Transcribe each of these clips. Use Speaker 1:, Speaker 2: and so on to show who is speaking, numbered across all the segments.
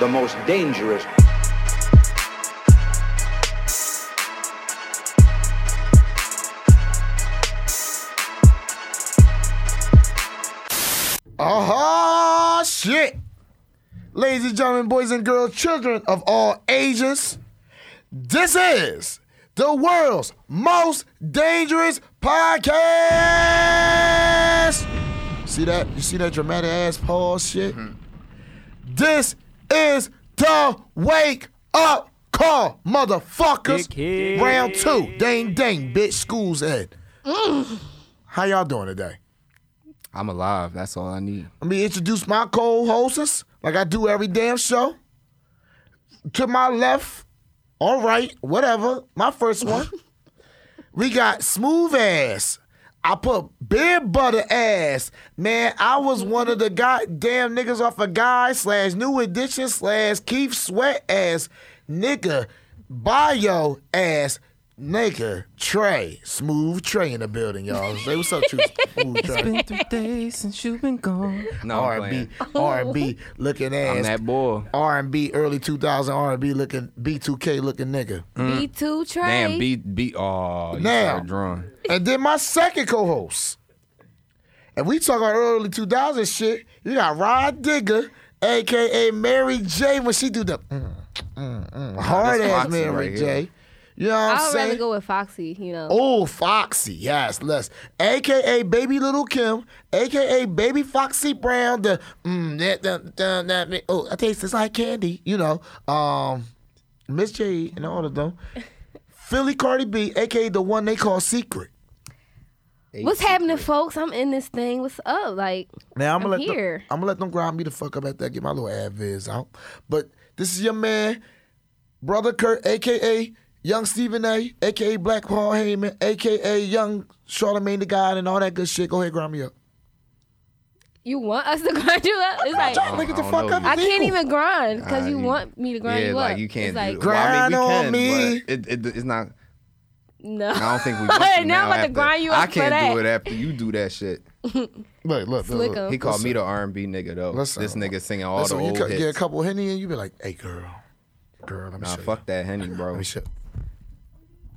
Speaker 1: the most dangerous.
Speaker 2: Oh shit! Ladies and gentlemen, boys and girls, children of all ages, this is the world's most dangerous podcast. See that? You see that dramatic ass pause shit? This is the wake up call, motherfuckers.
Speaker 3: Dickhead.
Speaker 2: Round two. Dang dang, bitch, school's end. How y'all doing today?
Speaker 3: I'm alive. That's all I need.
Speaker 2: Let me introduce my co-hosts, like I do every damn show. To my left, all right, whatever. My first one, we got smooth ass. I put beer butter ass. Man, I was one of the goddamn niggas off a of guy slash new edition slash Keith Sweat ass nigga bio ass nigga Trey. Smooth Trey in the building, y'all. Say what's up, to Smooth Trey.
Speaker 3: Three days since you've been gone. No, Oh, I'm
Speaker 2: R&B,
Speaker 3: playing.
Speaker 2: R&B looking ass.
Speaker 3: I'm that boy.
Speaker 2: R&B early 2000 R&B looking B2K looking nigga.
Speaker 4: B2 Trey.
Speaker 3: Mm. Damn, beat, beat. Oh, you
Speaker 2: Now.
Speaker 3: started drawing.
Speaker 2: And then my second co-host. And we talking about early 2000 shit. You got Rod Digger, aka Mary J when she do the mm, mm, mm, hard
Speaker 3: that's
Speaker 2: ass
Speaker 3: Foxy
Speaker 2: Mary
Speaker 3: right
Speaker 2: J.
Speaker 3: here.
Speaker 2: You know what I'm
Speaker 4: I would
Speaker 2: saying?
Speaker 4: rather go with Foxy, you know.
Speaker 2: Oh, Foxy, yes, less. AKA Baby Little Kim, AKA Baby Foxy Brown, the mm, that, that, that, that, oh, I taste this like candy, you know. Um, Miss J and all of them. Philly Cardi B, AKA the one they call Secret.
Speaker 4: What's happening, folks? I'm in this thing. What's up? Like,
Speaker 2: Now I'm
Speaker 4: I'm
Speaker 2: gonna let
Speaker 4: here.
Speaker 2: Them, I'm gonna let them grind me the fuck up at that. Get my little adviz out. But this is your man, brother Kurt, aka Young Stephen A, aka Black Paul Heyman, aka Young Charlemagne the God, and all that good shit. Go ahead, grind me up.
Speaker 4: you want us to grind you up? It's like,
Speaker 2: Trying to get the
Speaker 3: I don't
Speaker 2: fuck
Speaker 3: know.
Speaker 2: up.
Speaker 4: I
Speaker 2: It's
Speaker 4: can't
Speaker 2: legal.
Speaker 4: even grind because
Speaker 3: Nah,
Speaker 4: you
Speaker 3: you-
Speaker 4: want me to grind
Speaker 3: yeah,
Speaker 4: you
Speaker 3: like
Speaker 4: up.
Speaker 3: you can't
Speaker 4: It's
Speaker 3: do
Speaker 4: like,
Speaker 3: that. Well, I mean, we
Speaker 2: Grind on
Speaker 3: can,
Speaker 2: me.
Speaker 3: but It, it, it's not.
Speaker 4: no.
Speaker 3: I don't think we.
Speaker 4: now
Speaker 3: want you
Speaker 4: I'm
Speaker 3: now
Speaker 4: about to
Speaker 3: after-
Speaker 4: grind you up
Speaker 3: I can't
Speaker 4: for that.
Speaker 3: do it after you do that shit.
Speaker 2: Look, look, look.
Speaker 4: Slick 'em.
Speaker 3: He called me the R&B nigga though.
Speaker 2: Listen.
Speaker 3: this nigga singing all
Speaker 2: Listen,
Speaker 3: the
Speaker 2: you
Speaker 3: old
Speaker 2: cut,
Speaker 3: hits.
Speaker 2: get a couple henny and you be like, "Hey, girl, girl, let me
Speaker 3: nah,
Speaker 2: show you.
Speaker 3: fuck that Henny, bro.
Speaker 2: Let me show.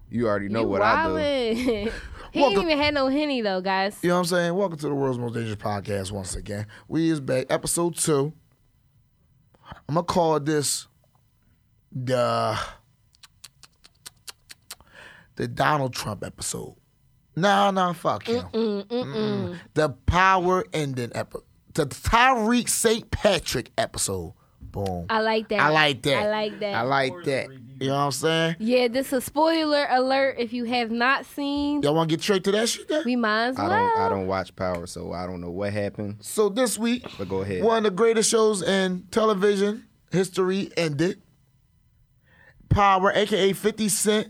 Speaker 3: You already know
Speaker 4: you
Speaker 3: what I do.
Speaker 4: wildin'. he
Speaker 2: Welcome-
Speaker 4: ain't even had no henny though, guys.
Speaker 2: You know what I'm saying? Welcome to the world's most dangerous podcast once again. We is back, episode two. I'm gonna call this the the Donald Trump episode. Nah, nah, fuck him. Mm-mm. The power ending episode. The Tyreek St. Patrick episode. Boom.
Speaker 4: I like that.
Speaker 2: I like that.
Speaker 4: I like that.
Speaker 2: I like that. You know what I'm saying?
Speaker 4: yeah, this is spoiler alert. If you have not seen,
Speaker 2: Y'all want to get straight to that shit? There?
Speaker 4: we might as
Speaker 3: I
Speaker 4: well.
Speaker 3: don't. I don't watch Power, so I don't know what happened.
Speaker 2: So this week,
Speaker 3: But go ahead.
Speaker 2: one of the greatest shows in television history ended. Power, aka 50 Cent,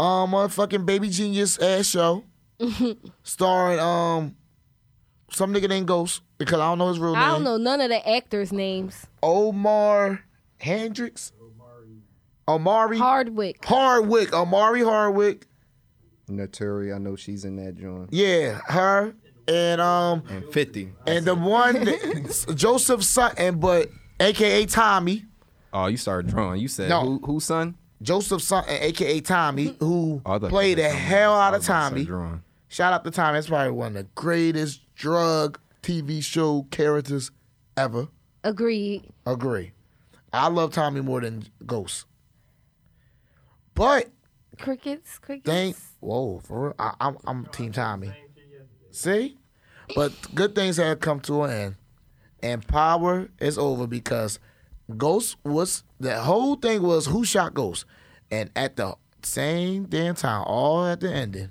Speaker 2: um, motherfucking baby genius ass show, starring um, some nigga named Ghost because I don't know his real
Speaker 4: I
Speaker 2: name.
Speaker 4: don't know none of the actors' names.
Speaker 2: Omar Hendricks,
Speaker 3: Mm.
Speaker 2: Omari
Speaker 4: Hardwick.
Speaker 2: Hardwick, Omari Hardwick.
Speaker 3: Naturi, I know she's in that joint.
Speaker 2: Yeah, her and um
Speaker 3: And 50.
Speaker 2: and the one Joseph Sutton, but aka Tommy.
Speaker 3: Oh, you started drawing. You said
Speaker 2: No.
Speaker 3: who, who son?
Speaker 2: Joseph Sutton, aka Tommy, who
Speaker 3: Oh, I thought you
Speaker 2: played
Speaker 3: said
Speaker 2: the
Speaker 3: something
Speaker 2: hell
Speaker 3: else.
Speaker 2: out
Speaker 3: I
Speaker 2: of
Speaker 3: was about to
Speaker 2: Tommy.
Speaker 3: say drawing.
Speaker 2: Shout out to Tommy. That's probably one of the greatest drug TV show characters ever.
Speaker 4: Agreed.
Speaker 2: Agree. I love Tommy more than Ghost. But
Speaker 4: Crickets. Crickets.
Speaker 2: thank whoa, for real, I, I'm I'm Team Tommy. See, but good things have come to an end, and power is over because Ghost was the whole thing was who shot Ghost, and at the same damn time, all at the ending,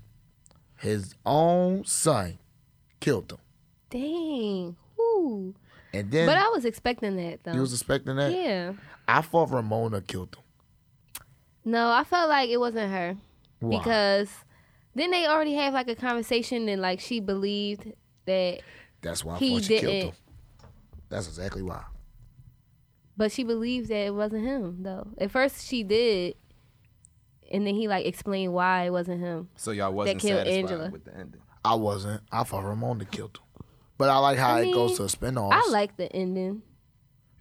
Speaker 2: his own son killed him,
Speaker 4: Dang. Ooh.
Speaker 2: and then
Speaker 4: But I was expecting that though.
Speaker 2: you was expecting that.
Speaker 4: yeah.
Speaker 2: I thought Ramona killed him.
Speaker 4: No, I felt like it wasn't her
Speaker 2: Why?
Speaker 4: because then they already have like a conversation and like she believed that,
Speaker 2: That's why I
Speaker 4: He
Speaker 2: thought she killed
Speaker 4: didn't.
Speaker 2: him. That's exactly why.
Speaker 4: but she believed that it wasn't him though. At first she did, and then he like explained why it wasn't him.
Speaker 3: So y'all wasn't
Speaker 4: killed
Speaker 3: satisfied
Speaker 4: Angela.
Speaker 3: with the ending.
Speaker 2: I wasn't. I thought Ramona killed him. But I like how
Speaker 4: I
Speaker 2: it goes
Speaker 4: mean,
Speaker 2: to a spin off.
Speaker 4: I like the ending.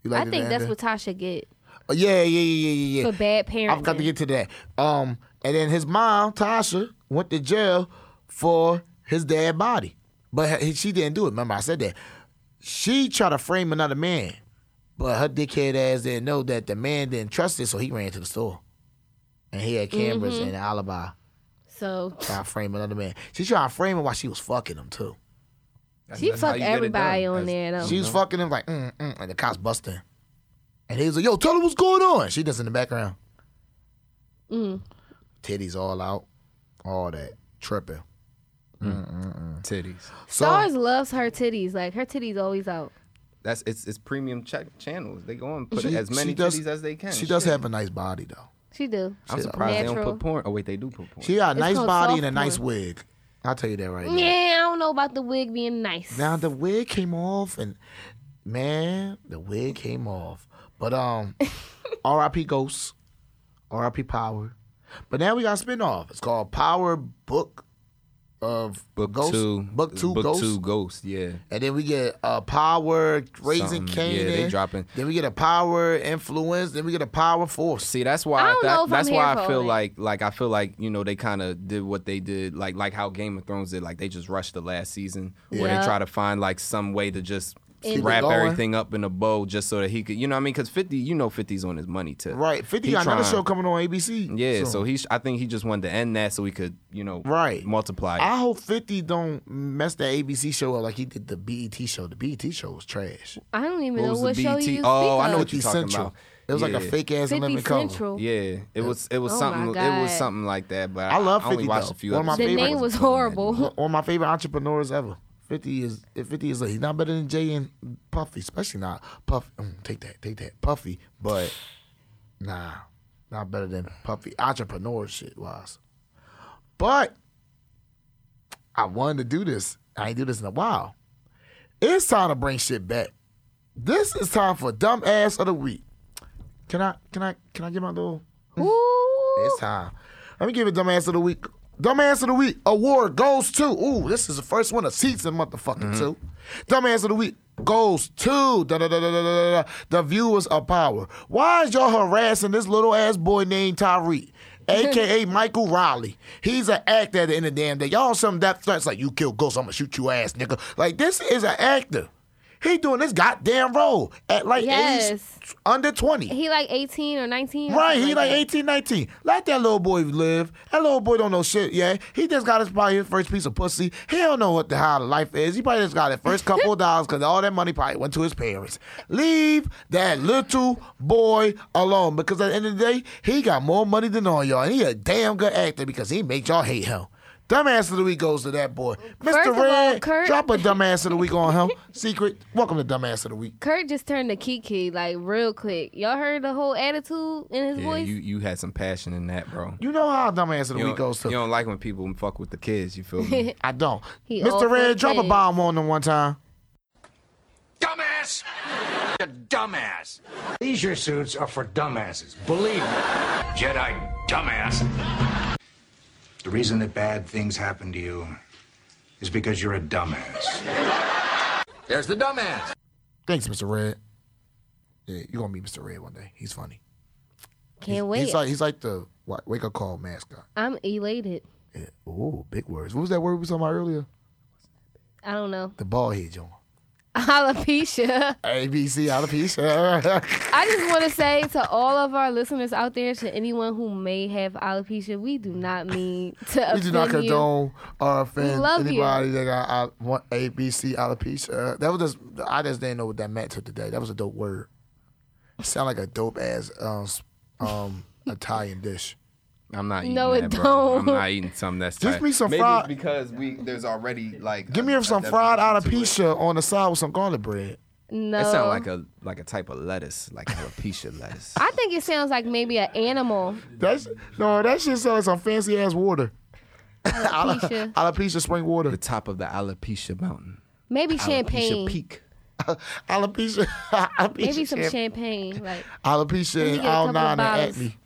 Speaker 2: You Oh, like
Speaker 4: I
Speaker 2: the
Speaker 4: think that's
Speaker 2: ending?
Speaker 4: what Tasha get.
Speaker 2: yeah, yeah, yeah, yeah, yeah.
Speaker 4: for bad parenting.
Speaker 2: I've got to get to that. Um, and then his mom, Tasha, went to jail for his dead body, but he- she didn't do it. Remember, I said that. She tried to frame another man, but her dickhead ass didn't know that the man didn't trust it, so he ran to the store, and he had cameras
Speaker 4: Mm-hmm.
Speaker 2: and an alibi.
Speaker 4: so
Speaker 2: Trying to frame another man. She tried to frame him while she was fucking him too.
Speaker 3: That's-
Speaker 4: she
Speaker 3: that's how
Speaker 4: fucked
Speaker 3: you get it
Speaker 4: everybody
Speaker 3: done. That's-
Speaker 4: on there though.
Speaker 2: She was fucking him like, mm, mm, and the cops bust her. And he was like, yo, tell her what's going on. She just in the background.
Speaker 4: Mm.
Speaker 2: Titties all out. All that. Tripping.
Speaker 3: Titties.
Speaker 2: So,
Speaker 4: Stars loves her titties. Like her titties always out.
Speaker 3: That's it's it's premium ch- channels. They go and put
Speaker 2: She-
Speaker 3: as
Speaker 2: she
Speaker 3: many
Speaker 2: does-
Speaker 3: titties as they can.
Speaker 2: she does
Speaker 3: Shit.
Speaker 2: have a nice body, though.
Speaker 4: She do.
Speaker 3: I'm surprised they don't
Speaker 4: Natural.
Speaker 3: put porn. Oh wait, they do put porn.
Speaker 2: She got a
Speaker 4: It's
Speaker 2: nice
Speaker 4: called
Speaker 2: body
Speaker 4: soft
Speaker 2: and a nice
Speaker 4: porn.
Speaker 2: wig. I'll tell you that right now.
Speaker 4: Yeah, I don't know about the wig being nice.
Speaker 2: Now, the wig came off, and man, the wig came off. But, um, RIP Ghost, RIP Power. But now we got a spinoff. It's called Power Book of
Speaker 3: book
Speaker 2: Ghost.
Speaker 3: two.
Speaker 2: Book Two Ghost.
Speaker 3: two ghost. Yeah.
Speaker 2: And then we get a power raising
Speaker 3: Something.
Speaker 2: Canaan.
Speaker 3: Yeah, they dropping.
Speaker 2: Then we get a power influence. Then we get a power force.
Speaker 3: See, that's why
Speaker 4: I don't know
Speaker 3: that,
Speaker 4: if
Speaker 3: that's
Speaker 4: I'm
Speaker 3: why
Speaker 4: here
Speaker 3: I
Speaker 4: for
Speaker 3: feel
Speaker 4: it.
Speaker 3: like like I feel like you know they kind of did what they did like like how Game of Thrones did like they just rushed the last season where
Speaker 4: Yeah.
Speaker 3: they try to find like some way to just
Speaker 4: Keep it
Speaker 3: wrap
Speaker 2: going.
Speaker 3: everything up in a bow just so that he could you know what I mean because Fifty you know 50's on his money tip
Speaker 2: Right. 50
Speaker 3: He
Speaker 2: got another
Speaker 3: trying.
Speaker 2: show coming on ABC.
Speaker 3: yeah
Speaker 2: soon.
Speaker 3: so he sh- I think he just wanted to end that so he could you know
Speaker 2: Right.
Speaker 3: multiply it.
Speaker 2: I hope 50 don't mess that ABC show up like he did the BET show. The BET show was trash.
Speaker 4: I don't even
Speaker 3: What
Speaker 4: know
Speaker 3: was
Speaker 4: what
Speaker 3: the
Speaker 4: show
Speaker 3: BT?
Speaker 4: you
Speaker 3: Oh,
Speaker 4: speak
Speaker 3: I know
Speaker 4: of.
Speaker 3: what
Speaker 2: 50
Speaker 3: you're talking
Speaker 2: Central.
Speaker 3: about.
Speaker 2: It was like a
Speaker 3: Yeah.
Speaker 2: fake ass
Speaker 4: 50
Speaker 2: lemon cover.
Speaker 4: Central.
Speaker 3: Yeah, it was it was
Speaker 4: Oh my
Speaker 3: something it was
Speaker 4: God.
Speaker 3: something like that. But
Speaker 2: I love
Speaker 3: I only
Speaker 2: 50
Speaker 3: watched
Speaker 2: though.
Speaker 3: a few.
Speaker 2: One of my
Speaker 4: The
Speaker 3: episodes.
Speaker 2: favorite.
Speaker 4: name was horrible.
Speaker 2: One of my favorite entrepreneurs ever. 50 is 50 is he's not better than Jay and Puffy, especially not Puffy. Mm, take that, take that. Puffy, but nah, not better than Puffy. Entrepreneur shit wise. But I wanted to do this. I ain't do this in a while. It's time to bring shit back. This is time for dumb ass of the week. Can I can I can I get my little
Speaker 4: Ooh.
Speaker 2: it's time. Let me give it dumbass of the week. Dumbass of the week award goes to. Ooh, this is the first one of season, motherfucking two. Dumbass of the week goes to da, da, da, da, da, da, da, the viewers of power. Why is y'all harassing this little ass boy named Tyreek? AKA Michael Riley. He's an actor at the end of the damn day. Y'all some death threats like you kill ghosts, I'm gonna shoot you ass, nigga. Like this is an actor. He doing this goddamn role at like age
Speaker 4: Yes.
Speaker 2: under 20.
Speaker 4: He like 18 or 19. or
Speaker 2: Right,
Speaker 4: something
Speaker 2: he like
Speaker 4: that.
Speaker 2: 18, 19. Let that little boy live. That little boy don't know shit, yeah. He just got his probably his first piece of pussy. He don't know what the how the life is. He probably just got his first couple of dollars because all that money probably went to his parents. Leave that little boy alone because at the end of the day, he got more money than all y'all. And he a damn good actor because he made y'all hate him. Dumbass of the week goes to that boy.
Speaker 4: First
Speaker 2: Mr.
Speaker 4: of all,
Speaker 2: Red,
Speaker 4: Kurt-
Speaker 2: drop a dumbass of the week on him. Secret, welcome to dumbass of the week.
Speaker 4: Kurt just turned to Kiki like real quick. Y'all heard the whole attitude in his
Speaker 3: yeah,
Speaker 4: voice.
Speaker 3: you you had some passion in that, bro.
Speaker 2: You know how dumbass of the
Speaker 3: You don't,
Speaker 2: week goes to.
Speaker 3: you don't like when people fuck with the kids. You feel me?
Speaker 2: I don't.
Speaker 4: He
Speaker 2: Mr.
Speaker 4: all
Speaker 2: Red,
Speaker 4: for
Speaker 2: drop a
Speaker 4: kids.
Speaker 2: bomb on them one time.
Speaker 1: Dumbass! you dumbass! Leisure suits are for dumbasses. Believe me. Jedi dumbass. The reason that bad things happen to you is because you're a dumbass. There's the dumbass.
Speaker 2: Thanks, Mr. Red. Yeah, you're gonna meet Mr. Red one day. He's funny.
Speaker 4: Can't
Speaker 2: He's
Speaker 4: wait.
Speaker 2: like he's like the wa- wake up call mascot.
Speaker 4: I'm elated.
Speaker 2: Yeah. Ooh, big words. What was that word we were talking about earlier?
Speaker 4: I don't know.
Speaker 2: The bald head, John.
Speaker 4: Alopecia.
Speaker 2: A B C alopecia.
Speaker 4: I just want to say to all of our listeners out there, to anyone who may have alopecia, we do not mean to
Speaker 2: we do not
Speaker 4: offend you.
Speaker 2: condone or offend
Speaker 4: love you.
Speaker 2: anybody that got al- want A B C alopecia. Uh, That was just I just didn't know what that meant till today. That was a dope word. Sound like a dope ass um, s- um Italian dish.
Speaker 3: I'm not eating
Speaker 4: No,
Speaker 3: that,
Speaker 4: it
Speaker 3: bro.
Speaker 4: don't.
Speaker 3: I'm not eating something that's
Speaker 2: Just
Speaker 3: tight.
Speaker 2: me some
Speaker 3: Maybe
Speaker 2: fried-
Speaker 3: it's because we there's already like.
Speaker 2: Give
Speaker 3: a-
Speaker 2: me
Speaker 3: a
Speaker 2: some fried
Speaker 3: definition to
Speaker 2: alopecia on the side with some garlic bread.
Speaker 4: No.
Speaker 3: It It sounds like a like a type of lettuce, like alopecia lettuce.
Speaker 4: I think it sounds like maybe an animal.
Speaker 2: That's no, that shit sounds like some fancy ass water.
Speaker 4: Alopecia.
Speaker 2: Alopecia spring
Speaker 3: the
Speaker 2: water.
Speaker 3: top of the alopecia mountain.
Speaker 4: Maybe
Speaker 3: Alopecia
Speaker 4: champagne.
Speaker 3: peak.
Speaker 2: Alopecia. alopecia
Speaker 4: Maybe some
Speaker 2: champ-
Speaker 4: champagne. Like
Speaker 2: Alopecia
Speaker 4: me
Speaker 2: and
Speaker 4: get a
Speaker 2: all
Speaker 4: couple of
Speaker 2: nine and
Speaker 4: bottles.
Speaker 2: acne.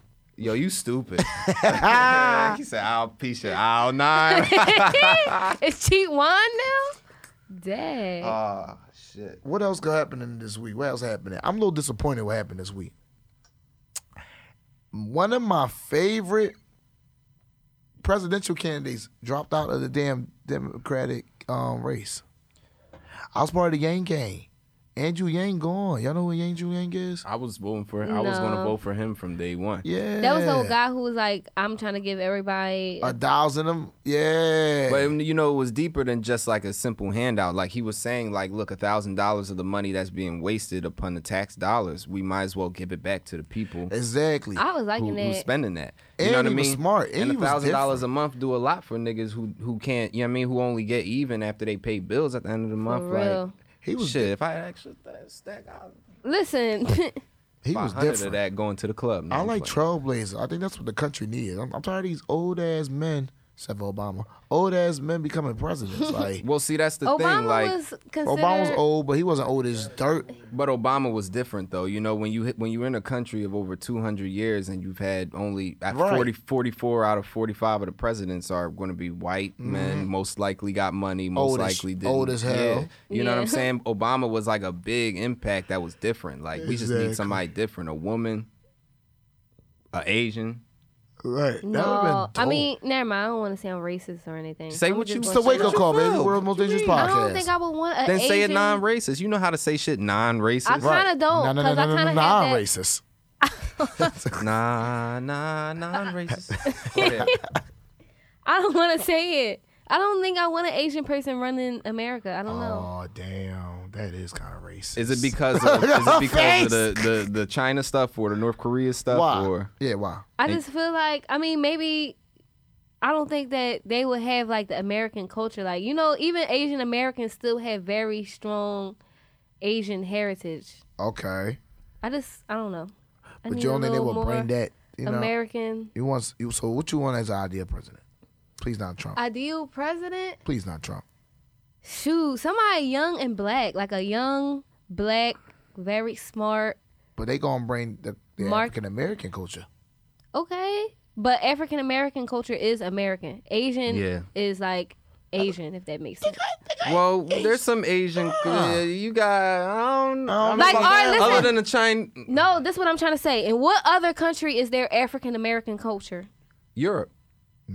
Speaker 3: Yo, you stupid. he said alopecia, al nine.
Speaker 4: is she wine now? Dang.
Speaker 2: Ah,
Speaker 3: oh shit.
Speaker 2: What else got happening this week? What else happening? I'm a little disappointed what happened this week. one of my favorite presidential candidates dropped out of the damn Democratic um, race. I was part of the Yang Gang. Andrew Yang gone. Y'all know who Andrew Yang is?
Speaker 3: I was voting for. I was going to
Speaker 4: No.
Speaker 3: vote for him from day one.
Speaker 2: Yeah.
Speaker 4: That was the old guy who was like, I'm trying to give everybody.
Speaker 2: A thousand of them. Yeah.
Speaker 3: But you know, it was deeper than just like a simple handout. Like he was saying, like, look, a thousand dollars of the money that's being wasted upon the tax dollars, we might as well give it back to the people
Speaker 2: exactly.
Speaker 4: I was liking
Speaker 3: who,
Speaker 4: that.
Speaker 3: who's spending that. You
Speaker 2: And
Speaker 3: know what I
Speaker 2: he
Speaker 3: mean?
Speaker 2: was smart. And
Speaker 3: And
Speaker 2: he
Speaker 3: a
Speaker 2: was
Speaker 3: thousand dollars a month do a lot for niggas who who can't. You know what I mean? Who only get even after they pay bills at the end of the month. Like
Speaker 4: real.
Speaker 2: He was
Speaker 3: shit. If I actually stack out
Speaker 4: Listen,
Speaker 2: he
Speaker 3: five
Speaker 2: was
Speaker 3: hundred
Speaker 2: different.
Speaker 3: of that going to the club,
Speaker 2: I
Speaker 3: nigga,
Speaker 2: like trailblazers. I think that's what the country needs. I'm, I'm tired of these old ass men, except for Obama. Old ass men becoming presidents. Like
Speaker 3: Well, see, that's the
Speaker 4: Obama
Speaker 3: thing. Like,
Speaker 4: was considered.
Speaker 2: Obama was old, but he wasn't old as dirt.
Speaker 3: But Obama was different, though. You know, when you hit, when you're in a country of over 200 years and you've had only at
Speaker 2: Right.
Speaker 3: 40, 44 out of 45 of the presidents are going to be white men, most likely got money, most
Speaker 2: Mm-hmm. Old as-
Speaker 3: likely didn't.
Speaker 2: old as hell.
Speaker 3: Yeah. You know what I'm
Speaker 4: Yeah.
Speaker 3: saying? Obama was like a big impact that was different. Like we just
Speaker 2: Exactly.
Speaker 3: need somebody different, a woman, a Asian.
Speaker 2: Right.
Speaker 4: No, I mean, never mind. I don't want to sound racist or anything.
Speaker 3: Say
Speaker 4: I'm
Speaker 3: what you-
Speaker 2: it's
Speaker 4: just gonna
Speaker 2: the
Speaker 4: say
Speaker 2: wake up
Speaker 4: what
Speaker 2: call,
Speaker 3: you
Speaker 2: baby.
Speaker 3: feel.
Speaker 2: World most dangerous podcast.
Speaker 4: I don't think I would want a.
Speaker 3: Then say it
Speaker 4: Asian-
Speaker 3: non-racist. You know how to say shit
Speaker 4: I
Speaker 3: non-racist.
Speaker 4: kinda don't,
Speaker 2: No, no,
Speaker 4: 'cause
Speaker 2: no, no,
Speaker 4: I
Speaker 2: no,
Speaker 4: kinda
Speaker 2: no,
Speaker 4: had
Speaker 2: I'm
Speaker 4: that-
Speaker 2: racist.
Speaker 3: Nah, nah, non-racist. Go ahead.
Speaker 4: I don't want to say it. I don't think I want an Asian person running America. I don't know.
Speaker 2: Oh damn, that is kind of racist.
Speaker 3: Is it because of, is it because
Speaker 2: Face.
Speaker 3: of the, the, the China stuff or the North Korea stuff
Speaker 2: why?
Speaker 3: or
Speaker 2: Yeah, why?
Speaker 4: I just feel like I mean maybe I don't think that they would have like the American culture. Like you know, even Asian Americans still have very strong Asian heritage.
Speaker 2: Okay,
Speaker 4: I just I don't know. I
Speaker 2: but
Speaker 4: need
Speaker 2: you
Speaker 4: a
Speaker 2: don't think they
Speaker 4: little
Speaker 2: will bring
Speaker 4: more
Speaker 2: that? You know,
Speaker 4: American
Speaker 2: you want you, so what you want as an ideal president? Please not Trump.
Speaker 4: ideal president.
Speaker 2: Please not Trump.
Speaker 4: Shoot, somebody young and black, like a young black, very smart.
Speaker 2: But they gonna bring the, the
Speaker 4: Mark-
Speaker 2: African American culture.
Speaker 4: Okay, but African American culture is American. Asian
Speaker 3: Yeah.
Speaker 4: is like Asian, if that makes sense.
Speaker 3: well there's some Asian yeah, you got I don't know
Speaker 4: Like, all right, listen.
Speaker 3: other than the China
Speaker 4: No, that's what I'm trying to say. In what other country is there African American culture?
Speaker 3: Europe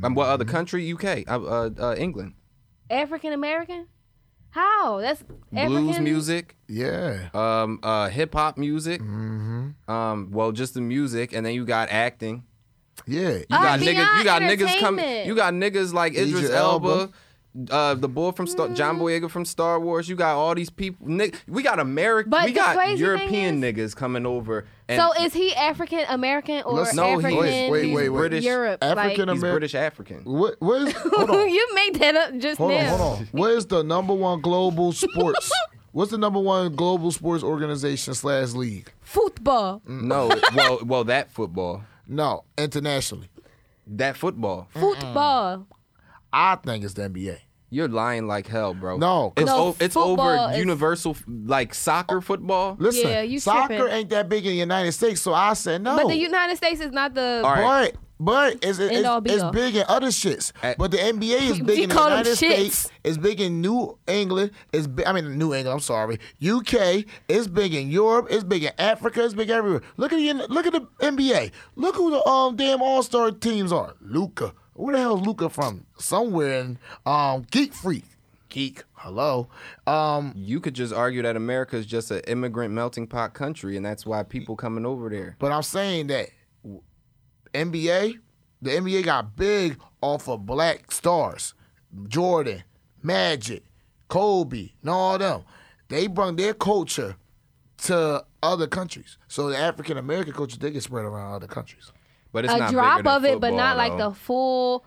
Speaker 3: um, what other country UK uh, uh, uh, England
Speaker 4: African American? How? That's African
Speaker 3: blues music
Speaker 2: Yeah.
Speaker 3: um, uh, hip hop music um, well just the music and then you got acting
Speaker 2: Yeah.
Speaker 3: You got
Speaker 4: R&B
Speaker 3: niggas. You got niggas coming.
Speaker 4: Ah, entertainment.
Speaker 3: You got niggas like Idris
Speaker 2: Idris
Speaker 3: Elba. Uh, the boy from Star- John
Speaker 4: Mm-hmm.
Speaker 3: Boyega from Star Wars. You got all these people. Ni- we got American.
Speaker 4: But
Speaker 3: we
Speaker 4: the
Speaker 3: got
Speaker 4: crazy
Speaker 3: European
Speaker 4: thing
Speaker 3: niggas coming over. And
Speaker 4: So is he African American or
Speaker 2: Let's-
Speaker 3: no,
Speaker 4: African
Speaker 3: he is.
Speaker 2: Wait, wait,
Speaker 3: he's
Speaker 2: wait.
Speaker 3: British.
Speaker 4: Europe?
Speaker 2: African
Speaker 4: like,
Speaker 3: He's
Speaker 2: Ameri-
Speaker 3: British African.
Speaker 2: What? What is? Hold on.
Speaker 4: you made that up just
Speaker 2: Hold on,
Speaker 4: now.
Speaker 2: hold on. What is the number one global sports? What's the number one global sports organization slash league?
Speaker 4: Football.
Speaker 3: No, well, well, that football,
Speaker 2: No, internationally.
Speaker 3: that football.
Speaker 4: Football.
Speaker 2: I think it's the NBA.
Speaker 3: You're lying like hell, bro.
Speaker 2: No, 'cause-
Speaker 3: it's
Speaker 4: No,
Speaker 3: o- it's
Speaker 4: football
Speaker 3: over
Speaker 4: is- Oh.
Speaker 3: universal like soccer football.
Speaker 2: Listen,
Speaker 4: Yeah, you
Speaker 2: soccer
Speaker 4: tripping.
Speaker 2: ain't that big in the United States, so I said no.
Speaker 4: But the United States is not the.
Speaker 3: All right.
Speaker 2: but but it's, it's,
Speaker 4: End all, be
Speaker 2: it's
Speaker 4: all.
Speaker 2: big in other shits.
Speaker 3: At-
Speaker 2: but the NBA is big
Speaker 4: You
Speaker 2: in the
Speaker 4: call them
Speaker 2: United
Speaker 4: shits.
Speaker 2: States. It's big in New England. It's big, I mean New England. I'm sorry, UK. It's big in Europe. It's big in Africa. It's big everywhere. Look at the look at the NBA. Look who the um damn All Star teams are. Luca. Where the hell is Luca from? Somewhere in um Geek Freak. Geek. Hello. Um.
Speaker 3: You could just argue that America is just an immigrant melting pot country, and that's why people coming over there.
Speaker 2: But I'm saying that w- NBA, the NBA got big off of black stars, Jordan, Magic, Kobe, and all them. They brought their culture to other countries. So the African American culture they get spread around other countries.
Speaker 3: But it's
Speaker 4: A
Speaker 3: not
Speaker 4: drop
Speaker 3: bigger than
Speaker 4: of it, but not
Speaker 3: football,
Speaker 4: like
Speaker 3: though.
Speaker 4: the full.